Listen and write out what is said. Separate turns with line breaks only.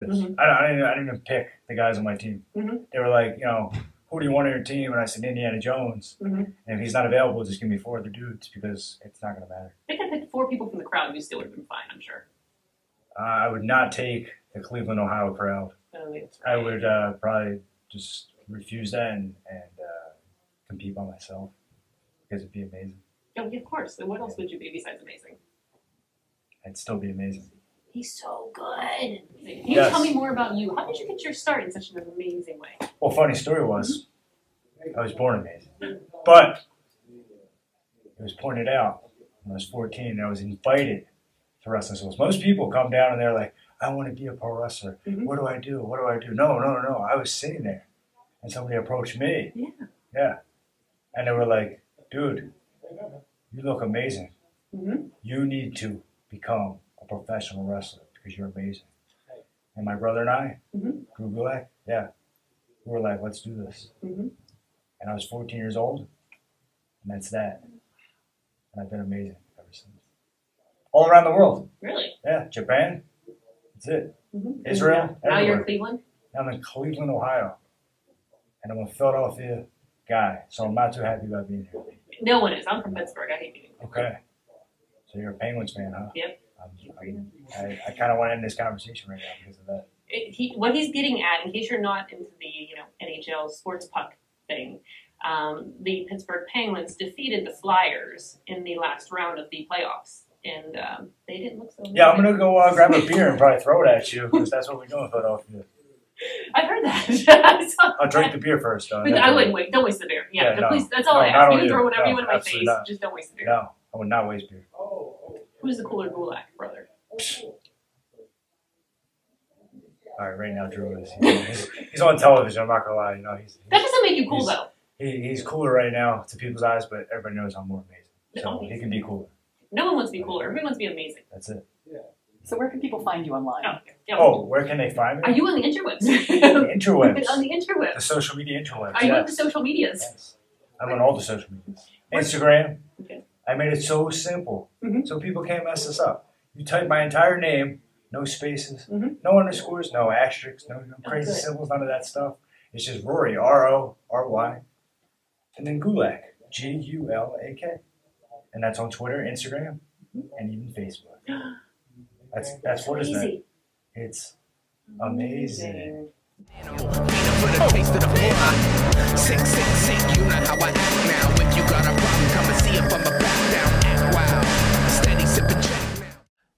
this. I, don't- I, didn't, I didn't even pick the guys on my team.
Mhm.
They were like, you know, who do you want on your team? And I said Indiana Jones.
Mhm.
And if he's not available, just give me four other dudes because it's not going to matter.
I think I picked four people from the crowd. You still would have been fine, I'm sure.
Uh, I would not take the Cleveland, Ohio crowd.
Oh, that's
I
right.
would uh, probably just refuse that and, and uh, compete by myself because it'd be amazing.
Oh, yeah, of course. So what else would you be besides amazing?
It'd still be amazing.
He's so good. Can you
Yes.
tell me more about you? How did you get your start in such an amazing way?
Well, funny story was, I was born amazing, but it was pointed out when I was 14 and I was invited to wrestling schools. Most people come down and they're like, "I want to be a pro wrestler.
Mhm.
What do I do? What do I do?" No, no, no. I was sitting there, and somebody approached me.
Yeah.
Yeah, and they were like, "Dude, you look amazing.
Mhm.
You need to become a professional wrestler because you're amazing." And my brother and I,
Mhm.
Drew Gulak, yeah, we were like, "Let's do this."
Mhm.
and I was 14 years old, and that's that. And I've been amazing ever since. All around the world,
Really?
yeah, Japan, that's it.
Mhm.
Israel,
Now you're
everywhere.
in Cleveland?
I'm in Cleveland, Ohio, and I'm a Philadelphia guy, so I'm not too happy about being here.
No one is. I'm from Pittsburgh. I hate being in Cleveland.
Okay, so you're a Penguins fan, huh?
Yep.
I'm, I'm, I, I kind of want to end this conversation right now because of that.
it- he, what he's getting at, in case you're not into the you know NHL sports puck thing, um, the Pittsburgh Penguins defeated the Flyers in the last round of the playoffs, and um, they didn't look so.
Yeah, I'm gonna go uh, grab a beer and probably throw it at you because that's what we do in Philadelphia.
I heard that. I saw
I'll drink
that.
the beer first, though.
But I wouldn't wait. Don't waste the beer. Yeah,
Yeah,
the
no.
police, that's all
No,
I
not
ask. You
on
can throw
you.
whatever
No,
you want in my face.
absolutely not.
Just don't waste the beer.
No, I would not waste beer.
Who's the cooler Gulak brother?
All right, right now Drew is he's, he's on television. I'm not gonna lie, you know he's
That doesn't make you cool
He's-
though.
he, he's cooler right now to people's eyes, but everybody knows I'm more amazing. So he can be cooler.
No one wants to be cooler. Everyone wants to be amazing.
That's it.
So where can people find you online?
Oh, okay. yeah.
Oh, where can they find
Are
me?
you on the interwebs?
The interwebs,
on the
the
interwebs.
social media interwebs.
Are you on the
yes.
social medias?
Yes. I'm on all the social medias. Instagram.
Okay.
I made it so simple,
Mhm.
so people can't mess this up. You type my entire name, no spaces,
Mhm.
no underscores, no asterisks, no, no
Oh,
crazy
good.
symbols, none of that stuff. It's just Rory, R O R Y, and then Gulak, G U L A K, and that's on Twitter, Instagram,
Mm-hmm.
and even Facebook. That's that's what is that?
Easy.
It's amazing.
Sick, sick, sick, you know how I act now. If you got a problem, come and see if I'm a back down. Act wild. Steady sipping check now.